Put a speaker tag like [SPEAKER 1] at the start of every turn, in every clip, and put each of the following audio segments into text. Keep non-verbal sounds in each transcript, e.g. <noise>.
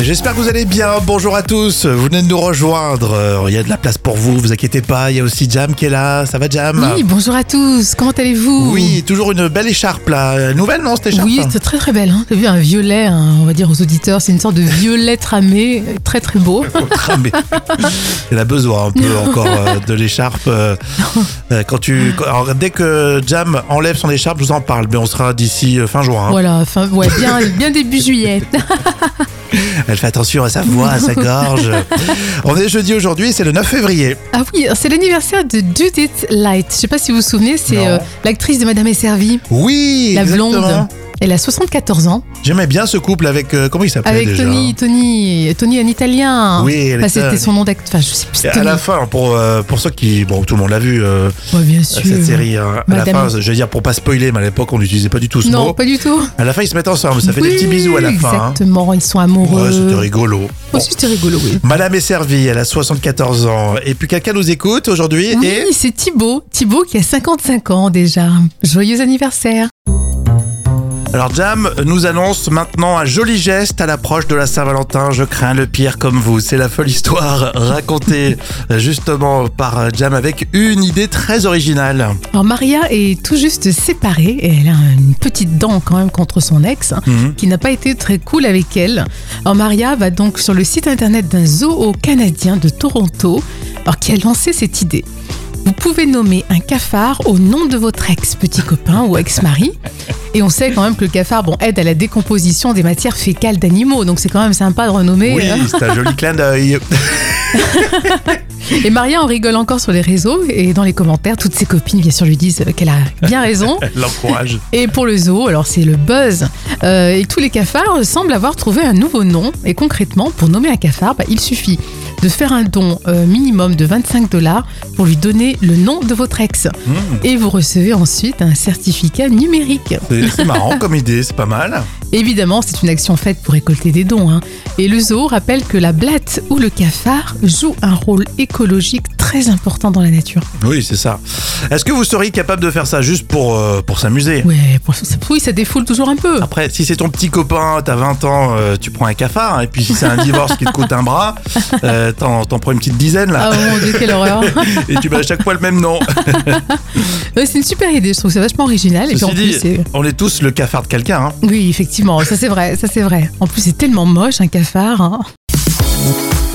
[SPEAKER 1] J'espère que vous allez bien. Bonjour à tous. Vous venez de nous rejoindre. Euh, Il y a de la place pour vous. Vous inquiétez pas. Il y a aussi Jam qui est là. Ça va, Jam
[SPEAKER 2] Oui, bonjour à tous, comment allez-vous
[SPEAKER 1] Bah. Oui, toujours une belle écharpe là. Euh, Nouvelle, non, cette écharpe
[SPEAKER 2] Oui,
[SPEAKER 1] <laughs>
[SPEAKER 2] c'est très très belle. Hein. T'as vu un violet, hein, on va dire aux auditeurs, c'est une sorte de violet tramé, euh, très
[SPEAKER 1] <laughs>
[SPEAKER 2] très beau.
[SPEAKER 1] Cramé. Elle a besoin un
[SPEAKER 2] <laughs>
[SPEAKER 1] peu encore euh, de l'écharpe. euh, euh, Quand tu, quand- alors, dès que Jam enlève son écharpe, je vous en parle. Mais on sera d'ici euh, fin juin. hein.
[SPEAKER 2] Voilà, fin, ouais, bien, bien début juillet. <laughs>
[SPEAKER 1] Elle fait attention à sa voix, à sa gorge. on est jeudi aujourd'hui. C'est le 9 février.
[SPEAKER 2] Ah oui, c'est l'anniversaire de Judith Light. Je sais pas si vous vous souvenez, c'est
[SPEAKER 1] Non.
[SPEAKER 2] euh, l'actrice de Madame est servie,
[SPEAKER 1] Oui.
[SPEAKER 2] la blonde.
[SPEAKER 1] exactement.
[SPEAKER 2] Elle a 74 ans,
[SPEAKER 1] J'aimais bien ce couple avec euh, comment il s'appelait
[SPEAKER 2] avec
[SPEAKER 1] déjà
[SPEAKER 2] Tony, Tony, Tony en italien.
[SPEAKER 1] Oui, elle
[SPEAKER 2] Enfin,
[SPEAKER 1] était-
[SPEAKER 2] c'était son nom d'acteur. Enfin, je sais plus.
[SPEAKER 1] Et à
[SPEAKER 2] Tony.
[SPEAKER 1] la fin, pour, euh, pour ceux qui. Bon, tout le monde l'a vu, euh,
[SPEAKER 2] Ouais, bien sûr.
[SPEAKER 1] cette série. hein. à la
[SPEAKER 2] Madame-
[SPEAKER 1] fin, je veux dire, pour pas spoiler, mais à l'époque, on n'utilisait pas du tout ce
[SPEAKER 2] Non,
[SPEAKER 1] mot.
[SPEAKER 2] pas du tout.
[SPEAKER 1] À la fin, ils se mettent ensemble. Ça fait des
[SPEAKER 2] Oui,
[SPEAKER 1] petits bisous à la fin. hein.
[SPEAKER 2] Exactement, ils sont amoureux.
[SPEAKER 1] Ouais, c'était rigolo. Bon,
[SPEAKER 2] Aussi, c'était rigolo, oui.
[SPEAKER 1] Madame est servie, elle a 74 ans. Et puis quelqu'un nous écoute aujourd'hui.
[SPEAKER 2] Oui,
[SPEAKER 1] Et
[SPEAKER 2] c'est Thibaut. Thibaut qui a 55 ans déjà. Joyeux anniversaire.
[SPEAKER 1] alors Jam nous annonce maintenant un joli geste à l'approche de la Saint-Valentin. Je crains le pire comme vous. C'est la folle histoire racontée euh, justement par euh, Jam avec une idée très originale.
[SPEAKER 2] Alors Maria est tout juste séparée et elle a une petite dent quand même contre son ex hein,
[SPEAKER 1] Mhm.
[SPEAKER 2] qui n'a pas été très cool avec elle. Alors Maria va donc sur le site internet d'un zoo canadien de Toronto alors qui a lancé cette idée. Vous pouvez nommer un cafard au nom de votre ex-petit copain ou ex-mari. Et on sait quand même que le cafard bon, aide à la décomposition des matières fécales d'animaux, donc c'est quand même sympa de renommer.
[SPEAKER 1] Oui,
[SPEAKER 2] euh,
[SPEAKER 1] c'est un joli clin
[SPEAKER 2] <laughs>
[SPEAKER 1] d'œil.
[SPEAKER 2] Et Maria en rigole encore sur les réseaux et dans les commentaires, toutes ses copines bien sûr lui disent qu'elle a bien raison.
[SPEAKER 1] L'encourage.
[SPEAKER 2] Et pour le zoo, alors c'est le buzz. Euh, et tous les cafards semblent avoir trouvé un nouveau nom. Et concrètement, pour nommer un cafard, bah, il suffit de faire un don euh, minimum de 25 dollars pour lui donner le nom de votre ex.
[SPEAKER 1] Mmh.
[SPEAKER 2] Et vous recevez ensuite un certificat numérique.
[SPEAKER 1] C'est c'est marrant comme idée, c'est pas mal.
[SPEAKER 2] Évidemment, c'est une action faite pour récolter des dons. hein. Et le zoo rappelle que la blatte ou le cafard joue un rôle écologique très important dans la nature.
[SPEAKER 1] Oui, c'est ça. Est-ce que vous seriez capable de faire ça juste pour, euh, pour s'amuser
[SPEAKER 2] Ouais, pour- ça- oui, ça défoule toujours un peu.
[SPEAKER 1] Après, si c'est ton petit copain, t'as 20 ans, euh, tu prends un cafard. Et puis si c'est un divorce qui te coûte un bras, euh, t'en t'en prends une petite dizaine là.
[SPEAKER 2] Ah mon dieu,
[SPEAKER 1] <laughs>
[SPEAKER 2] quelle horreur.
[SPEAKER 1] Et tu mets à chaque fois le même nom.
[SPEAKER 2] Ouais, c'est une super idée, je trouve, c'est vachement original. Et puis en
[SPEAKER 1] Ceci
[SPEAKER 2] plus,
[SPEAKER 1] dit,
[SPEAKER 2] c'est-
[SPEAKER 1] on est tous le cafard de quelqu'un. hein.
[SPEAKER 2] oui, effectivement, ça c'est vrai, ça c'est vrai. En plus, c'est tellement moche un cafard. hein.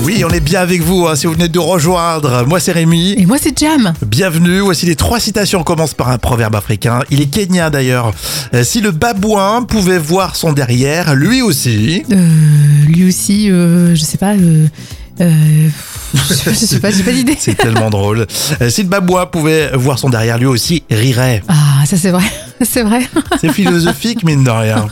[SPEAKER 1] Oui, on est bien avec vous hein, si vous venez de nous rejoindre. Moi, c'est Rémi.
[SPEAKER 2] Et moi, c'est Jam.
[SPEAKER 1] Bienvenue, voici les trois citations. On commence par un proverbe africain. Il est kenyan d'ailleurs. Euh, si le babouin pouvait voir son derrière, lui aussi.
[SPEAKER 2] Euh, lui aussi, euh, je sais pas. euh, euh, je sais pas, je sais pas, j'ai pas d'idée.
[SPEAKER 1] C'est tellement drôle. Euh, si le babouin pouvait voir son derrière, lui aussi rirait.
[SPEAKER 2] Ah, ça c'est vrai, <laughs> c'est vrai.
[SPEAKER 1] C'est philosophique, mine de rien.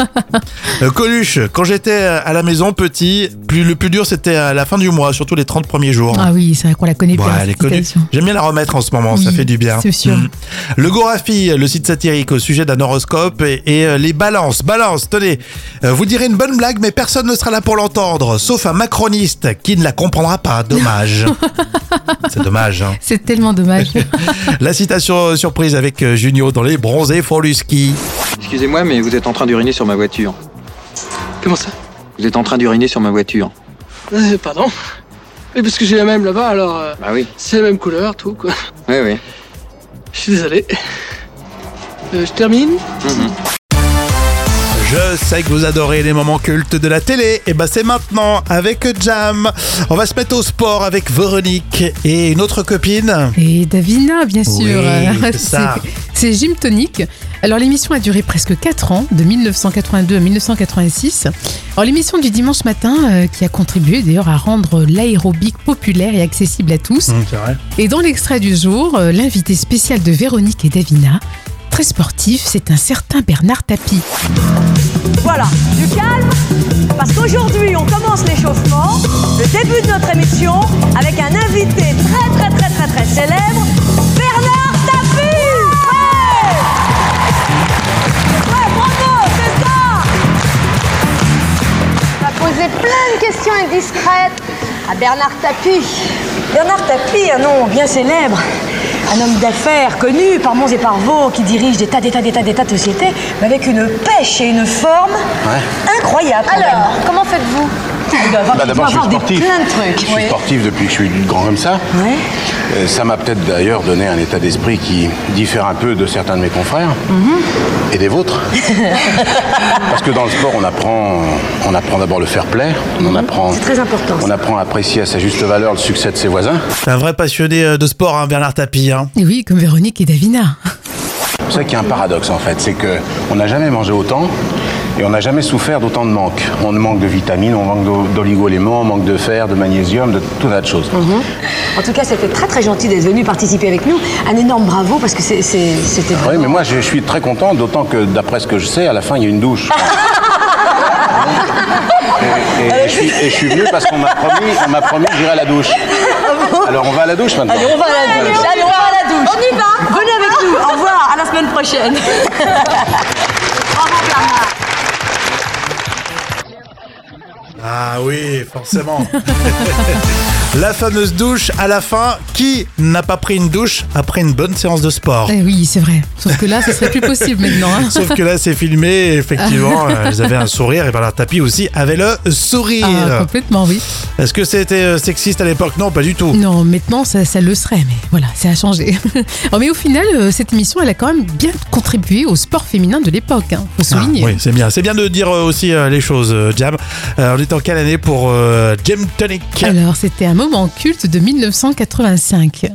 [SPEAKER 1] Euh, Coluche, quand j'étais à la maison petit, plus, le plus dur c'était à la fin du mois, surtout les 30 premiers jours.
[SPEAKER 2] Ah oui, c'est vrai qu'on la connaît
[SPEAKER 1] Bon,
[SPEAKER 2] bien.
[SPEAKER 1] Bah, elle est
[SPEAKER 2] cette
[SPEAKER 1] connue.
[SPEAKER 2] citation.
[SPEAKER 1] J'aime bien la remettre en ce moment, ça
[SPEAKER 2] Oui,
[SPEAKER 1] fait du bien.
[SPEAKER 2] c'est sûr.
[SPEAKER 1] Mm. Le Gorafi, le site satirique au sujet d'un horoscope et, et, euh, les balances. Balance, tenez, euh, vous direz une bonne blague, mais personne ne sera là pour l'entendre, sauf un macroniste qui ne la comprendra pas. Dommage.
[SPEAKER 2] <laughs>
[SPEAKER 1] c'est dommage. hein.
[SPEAKER 2] C'est tellement
[SPEAKER 1] <laughs>
[SPEAKER 2] dommage.
[SPEAKER 1] La citation euh, surprise avec euh, Junio dans les bronzés font du ski.
[SPEAKER 3] Excusez-moi, mais vous êtes en train d'uriner sur ma voiture.
[SPEAKER 4] Comment ça
[SPEAKER 3] Vous êtes en train d'uriner sur ma voiture.
[SPEAKER 4] Euh, Pardon Mais parce que j'ai la même là-bas, alors euh,
[SPEAKER 3] Ah oui,
[SPEAKER 4] c'est la même couleur, tout quoi. <laughs>
[SPEAKER 3] oui, oui.
[SPEAKER 4] Je suis désolé. Euh, je termine
[SPEAKER 1] Je sais que vous adorez les moments cultes de la télé. Et ben c'est maintenant avec Jam. On va se mettre au sport avec Véronique et une autre copine.
[SPEAKER 2] Et Davina, bien sûr.
[SPEAKER 1] Oui, c'est
[SPEAKER 2] <laughs> C'est-
[SPEAKER 1] ça.
[SPEAKER 2] C'est Gym Tonic. Alors l'émission a duré presque 4 ans, de 1982 à 1986. Alors l'émission du dimanche matin, euh, qui a contribué d'ailleurs à rendre l'aérobic populaire et accessible à tous.
[SPEAKER 1] Mm. Mmh,
[SPEAKER 2] Et dans l'extrait du jour, euh, l'invité spécial de Véronique et Davina, très sportif, c'est un certain Bernard Tapie.
[SPEAKER 5] Voilà, du calme, parce qu'aujourd'hui on commence l'échauffement, le début de notre émission, avec un invité très très très très très célèbre, Bernard Tapie Ouais Ouais, bravo, c'est ça
[SPEAKER 6] On va poser plein de questions indiscrètes à Bernard Tapie.
[SPEAKER 5] Bernard Tapie, un nom bien célèbre, un homme d'affaires connu par Mons et par Vaux, qui dirige des tas, des tas, des tas, des tas de sociétés, mais avec une pêche et une forme incroyables. quand même.
[SPEAKER 6] Alors, comment faites-vous
[SPEAKER 5] Eh ben, dois avoir,
[SPEAKER 7] Bah,
[SPEAKER 5] tu
[SPEAKER 7] D'abord,
[SPEAKER 5] dois
[SPEAKER 7] je suis
[SPEAKER 5] avoir des
[SPEAKER 7] sportif.
[SPEAKER 5] plein de trucs.
[SPEAKER 7] Je suis
[SPEAKER 5] Ouais.
[SPEAKER 7] sportif depuis que je suis grand comme ça.
[SPEAKER 5] Ouais.
[SPEAKER 7] Euh, Ça m'a peut-être d'ailleurs donné un état d'esprit qui diffère un peu de certains de mes confrères
[SPEAKER 5] Mhm.
[SPEAKER 7] et
[SPEAKER 5] <laughs>
[SPEAKER 7] des vôtres. Parce que dans le sport, on apprend, on apprend d'abord le fair play. On apprend.
[SPEAKER 5] Mhm. C'est très important,
[SPEAKER 7] On
[SPEAKER 5] ça.
[SPEAKER 7] apprend à apprécier à sa juste valeur le succès de ses voisins.
[SPEAKER 1] C'est un vrai passionné euh, de sport, hein, Bernard Tapie. hein.
[SPEAKER 2] Et oui, comme Véronique et Davina.
[SPEAKER 7] C'est ça qui est un paradoxe en fait, c'est que on n'a jamais mangé autant et on n'a jamais souffert d'autant de manques. On manque de vitamines, on manque d'o- d'oligo-éléments, on manque de fer, de magnésium, de tout un tas de choses.
[SPEAKER 5] Mhm. En tout cas, c'était très très gentil d'être venu participer avec nous. Un énorme bravo parce que c'est- c'est- c'était
[SPEAKER 7] Ah Oui,
[SPEAKER 5] vraiment.
[SPEAKER 7] mais moi je suis très content, d'autant que d'après ce que je sais, à la fin il y a une douche. Et, et je suis, et je suis venu parce qu'on m'a promis, on m'a promis que j'irai à la douche. Alors on va à la douche maintenant.
[SPEAKER 5] Allez, on va à la douche. Allez, on va à la douche. On y va. Venez avec nous. Au revoir. À la semaine prochaine. Bravo, Bernard.
[SPEAKER 1] Ah oui, forcément. <laughs> la fameuse douche à la fin. Qui n'a pas pris une douche après une bonne séance de sport
[SPEAKER 2] Eh oui, c'est vrai. Sauf que là, ce serait plus possible maintenant. hein.
[SPEAKER 1] Sauf que là, c'est filmé. et
[SPEAKER 2] <laughs>
[SPEAKER 1] effectivement, euh, ils avaient un sourire et Bernard Tapie aussi avait le sourire.
[SPEAKER 2] Ah, complètement, oui.
[SPEAKER 1] Est-ce que c'était euh, sexiste à l'époque Non, pas du tout.
[SPEAKER 2] Non, maintenant, ça, ça le serait, mais voilà, ça a changé. <laughs> Oh, mais au final, euh, cette émission, elle a quand même bien contribué au sport féminin de l'époque. Hein. Faut
[SPEAKER 1] Ah,
[SPEAKER 2] souligner.
[SPEAKER 1] oui, c'est bien. C'est bien de dire euh, aussi euh, les choses, euh, Jam. Euh, on est en quelle année pour euh, Jam Tonic
[SPEAKER 2] Alors, c'était un moment culte de 1985.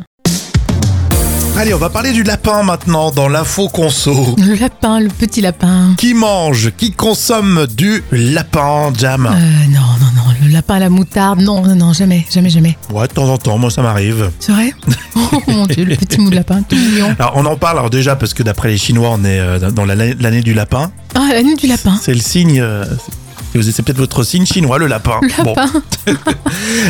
[SPEAKER 1] Allez, on va parler du lapin maintenant dans l'info conso.
[SPEAKER 2] Le lapin, le petit lapin.
[SPEAKER 1] Qui mange, qui consomme du lapin,
[SPEAKER 2] Euh,
[SPEAKER 1] Jam
[SPEAKER 2] non, non, non, le lapin à la moutarde, non, non, non, jamais, jamais, jamais.
[SPEAKER 1] Ouais, de temps en temps, moi ça m'arrive.
[SPEAKER 2] C'est
[SPEAKER 1] <laughs>
[SPEAKER 2] vrai Oh mon dieu, le petit mou de lapin, tout mignon.
[SPEAKER 1] Alors on en parle alors déjà parce que d'après les Chinois, on est euh, dans la- l'année du lapin.
[SPEAKER 2] Ah, la nuit du lapin.
[SPEAKER 1] C'est le signe. euh, c'est c'est peut-être votre signe chinois, le lapin.
[SPEAKER 2] Le lapin.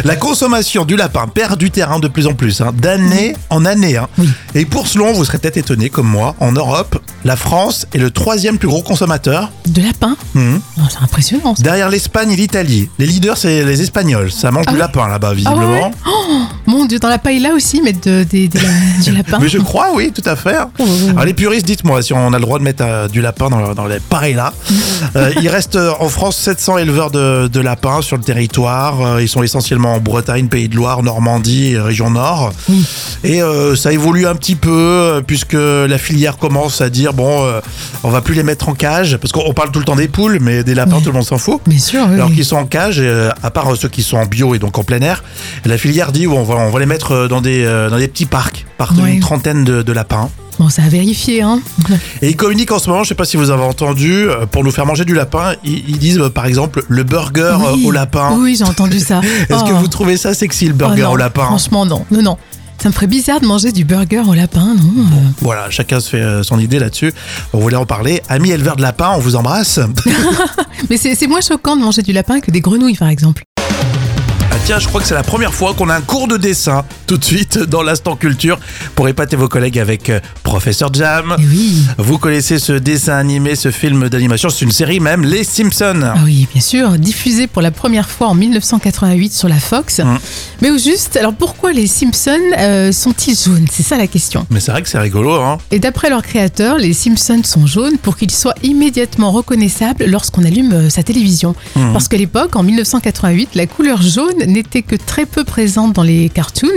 [SPEAKER 1] La consommation du lapin perd du terrain de plus en plus, hein, d'année en année. hein. Et pour selon, vous serez peut-être étonné comme moi, en Europe, la France est le troisième plus gros consommateur,
[SPEAKER 2] De lapin
[SPEAKER 1] Mhm.
[SPEAKER 2] Oh, C'est impressionnant. ça.
[SPEAKER 1] derrière l'Espagne et l'Italie. Les leaders, c'est les Espagnols. Ça mange
[SPEAKER 2] Ah
[SPEAKER 1] du
[SPEAKER 2] ouais
[SPEAKER 1] lapin là-bas,
[SPEAKER 2] Ah ouais,
[SPEAKER 1] visiblement.
[SPEAKER 2] ouais. Oh, mon dieu, dans la paille là aussi, mettre de, des-
[SPEAKER 1] <laughs>
[SPEAKER 2] des- du lapin.
[SPEAKER 1] Mais je crois, oui, tout à fait.
[SPEAKER 2] Oh, oh, oh.
[SPEAKER 1] Alors, les puristes, dites-moi si on a le droit de mettre euh, du lapin dans, dans les pareils
[SPEAKER 2] <laughs>
[SPEAKER 1] là. Euh, il reste euh, en France 700 éleveurs de, de lapins sur le territoire. Euh, Ils sont essentiellement en Bretagne, Pays de Loire, Normandie, et région Nord. Et euh, ça évolue un petit peu euh, puisque la filière commence à dire bon, euh, on va plus les mettre en cage parce qu'on on parle tout le temps des poules, mais des lapins,
[SPEAKER 2] Ouais.
[SPEAKER 1] tout le monde s'en fout.
[SPEAKER 2] Bien sûr, oui.
[SPEAKER 1] Alors
[SPEAKER 2] oui.
[SPEAKER 1] qu'ils sont en cage, euh, à part euh, ceux qui sont en bio et donc en plein air, la filière dit on va, on va les mettre euh, dans des, euh, dans des petits parcs, partent
[SPEAKER 2] Ouais.
[SPEAKER 1] une trentaine de, de lapins.
[SPEAKER 2] Bon, ça a vérifié, hein.
[SPEAKER 1] Et ils communiquent en ce moment, je sais pas si vous avez entendu, euh, pour nous faire manger du lapin, ils, ils disent euh, par exemple le burger euh,
[SPEAKER 2] Oui.
[SPEAKER 1] au lapin.
[SPEAKER 2] Oui, j'ai entendu ça.
[SPEAKER 1] <laughs> Est-ce que
[SPEAKER 2] Oh.
[SPEAKER 1] vous trouvez ça sexy le burger
[SPEAKER 2] Oh, non,
[SPEAKER 1] au lapin
[SPEAKER 2] Franchement, non. Non, non. Ça me ferait bizarre de manger du burger au lapin, non euh.
[SPEAKER 1] Voilà, chacun se fait euh, son idée là-dessus. On voulait en parler. Amis éleveurs de lapin, on vous embrasse.
[SPEAKER 2] <laughs> Mais c'est c'est moins choquant de manger du lapin que des grenouilles, par exemple.
[SPEAKER 1] Ah tiens, je crois que c'est la première fois qu'on a un cours de dessin tout de suite dans l'instant culture pour épater vos collègues avec euh, Professeur Jam.
[SPEAKER 2] Eh oui.
[SPEAKER 1] Vous connaissez ce dessin animé, ce film d'animation, c'est une série même, Les Simpsons.
[SPEAKER 2] Ah oui, bien sûr, diffusé pour la première fois en 1988 sur la Fox.
[SPEAKER 1] Mm.
[SPEAKER 2] Mais au juste, alors pourquoi les Simpsons euh, sont-ils jaunes C'est ça la question.
[SPEAKER 1] Mais c'est vrai que c'est rigolo, hein.
[SPEAKER 2] Et d'après leur créateur, les Simpsons sont jaunes pour qu'ils soient immédiatement reconnaissables lorsqu'on allume euh, sa télévision. Parce qu'à l'époque, en 1988, la couleur jaune n'était que très peu présente dans les cartoons.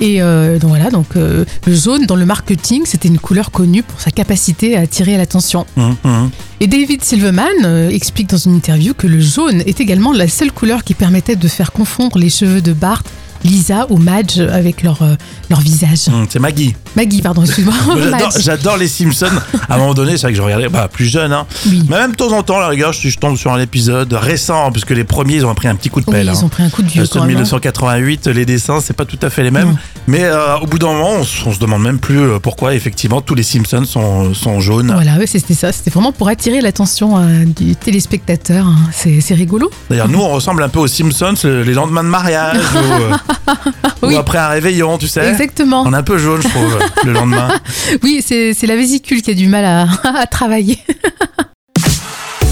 [SPEAKER 2] Et euh, donc voilà, donc euh, le jaune dans le marketing, c'était une couleur connue pour sa capacité à attirer l'attention.
[SPEAKER 1] Hum, hum.
[SPEAKER 2] Et David Silverman euh, explique dans une interview que le jaune est également la seule couleur qui permettait de faire confondre les cheveux de Bart, Lisa ou Madge avec leur, euh, leur visage.
[SPEAKER 1] Hum, C'est Maggie.
[SPEAKER 2] <laughs> Maggie, pardon, excuse-moi.
[SPEAKER 1] Moi, J'adore,
[SPEAKER 2] Madge.
[SPEAKER 1] j'adore les Simpsons. À un moment donné, c'est vrai que je regardais bah, plus jeune. Hein.
[SPEAKER 2] Oui.
[SPEAKER 1] Mais même de temps en temps, là, regarde, je, je tombe sur un épisode récent, parce que les premiers, ils ont pris un petit coup de
[SPEAKER 2] Oui,
[SPEAKER 1] pelle.
[SPEAKER 2] ils
[SPEAKER 1] hein.
[SPEAKER 2] ont pris un coup de vieux
[SPEAKER 1] Ceux de
[SPEAKER 2] quand même.
[SPEAKER 1] 1988, les dessins, c'est pas tout à fait les mêmes.
[SPEAKER 2] Non.
[SPEAKER 1] Mais euh, au bout d'un moment, on, s- on se demande même plus euh, pourquoi, effectivement, tous les Simpsons sont, sont jaunes.
[SPEAKER 2] Voilà, ouais, c'était ça. C'était vraiment pour attirer l'attention euh, du téléspectateur. hein. C'est c'est rigolo.
[SPEAKER 1] D'ailleurs, nous, on ressemble un peu aux Simpsons euh, les lendemains de mariage ou, euh, ou
[SPEAKER 2] <laughs> Oui.
[SPEAKER 1] après un réveillon, tu sais.
[SPEAKER 2] Exactement.
[SPEAKER 1] On est un peu jaune, je <laughs> trouve, le lendemain.
[SPEAKER 2] <laughs> Oui, c'est c'est la vésicule qui a du mal à, à travailler.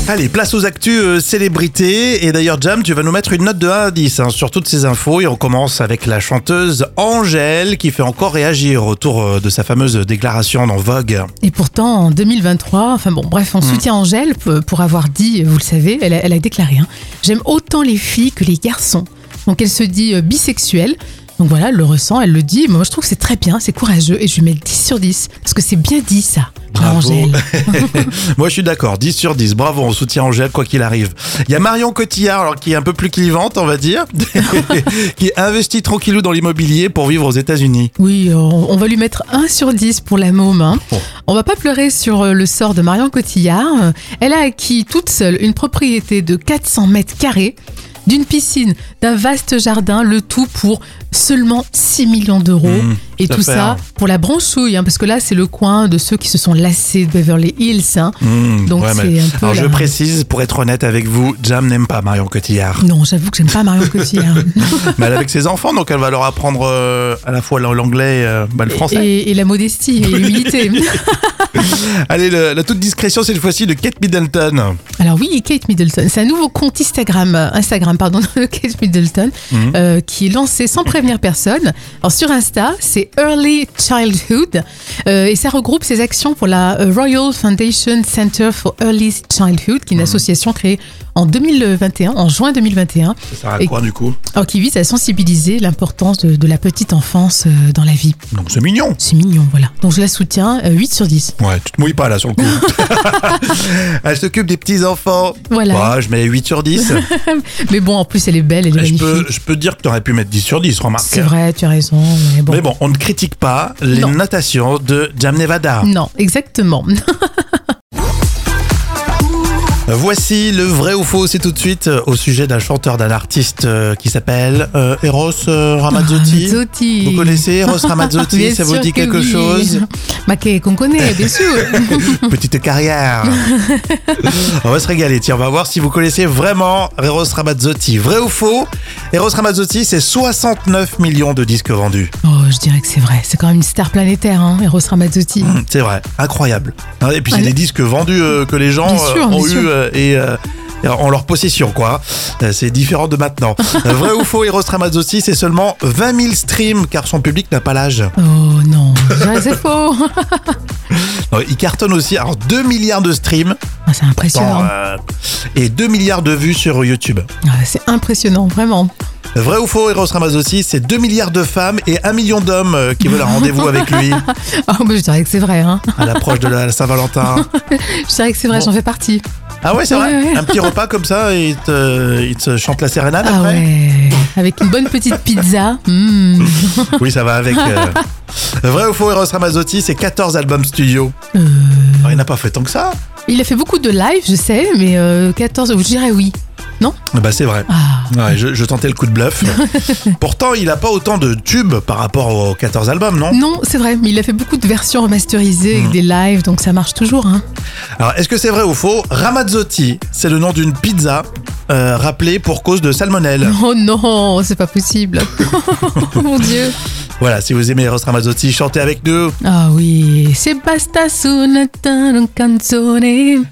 [SPEAKER 1] Allez, place aux actus euh, célébrités. Et d'ailleurs, Jam, tu vas nous mettre une note de 1 à 10 hein, sur toutes ces infos. Et on commence avec la chanteuse Angèle qui fait encore réagir autour euh, de sa fameuse déclaration dans Vogue.
[SPEAKER 2] Et pourtant, en 2023, enfin bon, bref, on
[SPEAKER 1] Hmm.
[SPEAKER 2] soutient Angèle p- pour avoir dit, vous le savez, elle a, elle a déclaré hein, J'aime autant les filles que les garçons. Donc elle se dit euh, bisexuelle. Donc voilà, elle le ressent, elle le dit. Moi, je trouve que c'est très bien, c'est courageux et je lui mets 10 sur 10 parce que c'est bien dit ça.
[SPEAKER 1] Bravo.
[SPEAKER 2] Angèle.
[SPEAKER 1] Moi, je suis d'accord. 10 sur 10. Bravo, on soutient Angèle, quoi qu'il arrive. Il y a Marion Cotillard, alors, qui est un peu plus clivante, on va dire, <laughs> qui investit tranquillou dans l'immobilier pour vivre aux États-Unis.
[SPEAKER 2] Oui, euh, on on va lui mettre 1 sur 10 pour la môme. hein.
[SPEAKER 1] Bon.
[SPEAKER 2] On va pas pleurer sur euh, le sort de Marion Cotillard. Euh, Elle a acquis toute seule une propriété de 400 mètres carrés, d'une piscine, d'un vaste jardin, le tout pour seulement 6 millions d'euros.
[SPEAKER 1] Mmh,
[SPEAKER 2] Et
[SPEAKER 1] tout à
[SPEAKER 2] tout
[SPEAKER 1] fait, hein.
[SPEAKER 2] ça pour la branchouille, hein, parce que là, c'est le coin de ceux qui se sont lassés de Beverly Hills. hein.
[SPEAKER 1] Hmm,
[SPEAKER 2] Donc,
[SPEAKER 1] ouais,
[SPEAKER 2] c'est
[SPEAKER 1] mais-
[SPEAKER 2] un peu
[SPEAKER 1] Alors,
[SPEAKER 2] la-
[SPEAKER 1] je précise, pour être honnête avec vous, Jam n'aime pas Marion Cotillard.
[SPEAKER 2] Non, j'avoue que j'aime pas Marion
[SPEAKER 1] <laughs>
[SPEAKER 2] Cotillard.
[SPEAKER 1] mais elle est avec ses enfants, donc elle va leur apprendre euh, à la fois l'anglais et euh, bah, le français.
[SPEAKER 2] et, et la modestie et l'humilité.
[SPEAKER 1] Allez, le- la toute discrétion cette fois-ci de Kate Middleton.
[SPEAKER 2] Alors oui, Kate Middleton, c'est un nouveau compte Instagram, euh, Instagram pardon, <laughs> de Kate Middleton,
[SPEAKER 1] Mhm.
[SPEAKER 2] euh, qui est lancé sans prévenir personne. Alors sur Insta, c'est Early Childhood euh, et ça regroupe ses actions pour la euh, Royal Foundation Center for Early Childhood, qui est une
[SPEAKER 1] Mhm.
[SPEAKER 2] association créée en 2021, en juin 2021,
[SPEAKER 1] Ça sert à
[SPEAKER 2] Et-
[SPEAKER 1] quoi du coup
[SPEAKER 2] alors qui vise à sensibiliser l'importance de, de la petite enfance euh, dans la vie.
[SPEAKER 1] Donc c'est mignon.
[SPEAKER 2] C'est mignon, voilà. Donc je la soutiens euh, 8 sur 10.
[SPEAKER 1] Ouais, tu te mouilles pas là sur le coup.
[SPEAKER 2] <laughs>
[SPEAKER 1] elle s'occupe des petits enfants.
[SPEAKER 2] Voilà.
[SPEAKER 1] Bah, je mets 8 sur
[SPEAKER 2] <laughs>
[SPEAKER 1] 10.
[SPEAKER 2] Mais bon, en plus elle est belle, elle est
[SPEAKER 1] Mais Je peux,
[SPEAKER 2] magnifique.
[SPEAKER 1] je peux dire que tu aurais pu mettre 10 sur 10, remarque.
[SPEAKER 2] C'est vrai, tu as raison. Mais bon.
[SPEAKER 1] Mais bon, on ne critique pas les
[SPEAKER 2] Non. Mm.
[SPEAKER 1] notations de Jam Nevada.
[SPEAKER 2] Non, exactement.
[SPEAKER 1] Voici le vrai ou faux, c'est tout de suite euh, au sujet d'un chanteur, d'un artiste euh, qui s'appelle euh, Eros euh, Ramazzotti.
[SPEAKER 2] Ramazzotti.
[SPEAKER 1] Vous connaissez Eros Ramazzotti,
[SPEAKER 2] <laughs> Bien
[SPEAKER 1] ça vous
[SPEAKER 2] sûr
[SPEAKER 1] dit
[SPEAKER 2] que
[SPEAKER 1] quelque
[SPEAKER 2] oui.
[SPEAKER 1] chose
[SPEAKER 2] Bah, que- qu'on connaît, bien sûr.
[SPEAKER 1] <laughs> Petite
[SPEAKER 2] <laughs>
[SPEAKER 1] carrière. on va se régaler. Tiens, on va voir si vous connaissez vraiment Eros Ramazzotti. Vrai ou faux Eros Ramazzotti, c'est 69 millions de disques vendus.
[SPEAKER 2] oh, je dirais que c'est vrai. C'est quand même une star planétaire, hein, Eros Ramazzotti.
[SPEAKER 1] Hum, C'est vrai, incroyable. Hein, Et puis c'est
[SPEAKER 2] Ouais.
[SPEAKER 1] des disques vendus euh, que les gens
[SPEAKER 2] Bien sûr,
[SPEAKER 1] euh, ont
[SPEAKER 2] bien sûr.
[SPEAKER 1] eu euh, et euh, en leur possession, quoi. Euh, C'est différent de
[SPEAKER 2] <laughs>
[SPEAKER 1] maintenant. Euh, vrai ou faux, Eros Ramazzotti, c'est seulement 20 000 streams car son public n'a pas l'âge.
[SPEAKER 2] Oh non, je dirais que c'est faux.
[SPEAKER 1] Euh, Il cartonne aussi, alors 2 milliards de streams
[SPEAKER 2] Ah, c'est impressionnant.
[SPEAKER 1] dans, euh, et 2 milliards de vues sur YouTube.
[SPEAKER 2] Ah, c'est impressionnant, vraiment.
[SPEAKER 1] Vrai ou faux, Eros Ramazzotti, c'est 2 milliards de femmes et 1 million d'hommes euh, qui veulent un rendez-vous avec lui
[SPEAKER 2] Ah, bah, je dirais que c'est vrai. Hein.
[SPEAKER 1] à l'approche de la Saint-Valentin.
[SPEAKER 2] Je dirais que c'est vrai,
[SPEAKER 1] Bon.
[SPEAKER 2] j'en fais partie.
[SPEAKER 1] Ah ouais, c'est vrai
[SPEAKER 2] Ouais, ouais.
[SPEAKER 1] Un petit repas comme ça et il te, il te chante la sérénade
[SPEAKER 2] Ah
[SPEAKER 1] après
[SPEAKER 2] ouais, avec une bonne petite pizza.
[SPEAKER 1] <laughs>
[SPEAKER 2] Hmm.
[SPEAKER 1] Oui, ça va avec.
[SPEAKER 2] <laughs>
[SPEAKER 1] euh, Vrai ou faux, Eros Ramazzotti, c'est 14 albums studio.
[SPEAKER 2] Euh.
[SPEAKER 1] Alors, il n'a pas fait tant que ça.
[SPEAKER 2] Il a fait beaucoup de live, je sais, mais euh, 14, je dirais oui.
[SPEAKER 1] Bah, c'est vrai.
[SPEAKER 2] Ah,
[SPEAKER 1] Ouais, je, je tentais le coup de
[SPEAKER 2] <laughs>
[SPEAKER 1] bluff. Pourtant, il n'a pas autant de tubes par rapport aux 14 albums, non
[SPEAKER 2] Non, c'est vrai, mais il a fait beaucoup de versions remasterisées
[SPEAKER 1] Mm.
[SPEAKER 2] avec des lives, donc ça marche toujours. Hein.
[SPEAKER 1] Alors, est-ce que c'est vrai ou faux Ramazzotti, c'est le nom d'une pizza euh, rappelée pour cause de salmonelle.
[SPEAKER 2] <laughs> Oh non, c'est pas <laughs> possible. Oh Mon Dieu.
[SPEAKER 1] Voilà, si vous aimez Eros Ramazzotti, chantez avec nous.
[SPEAKER 2] Ah oui, c'est basta su una tan- canzone.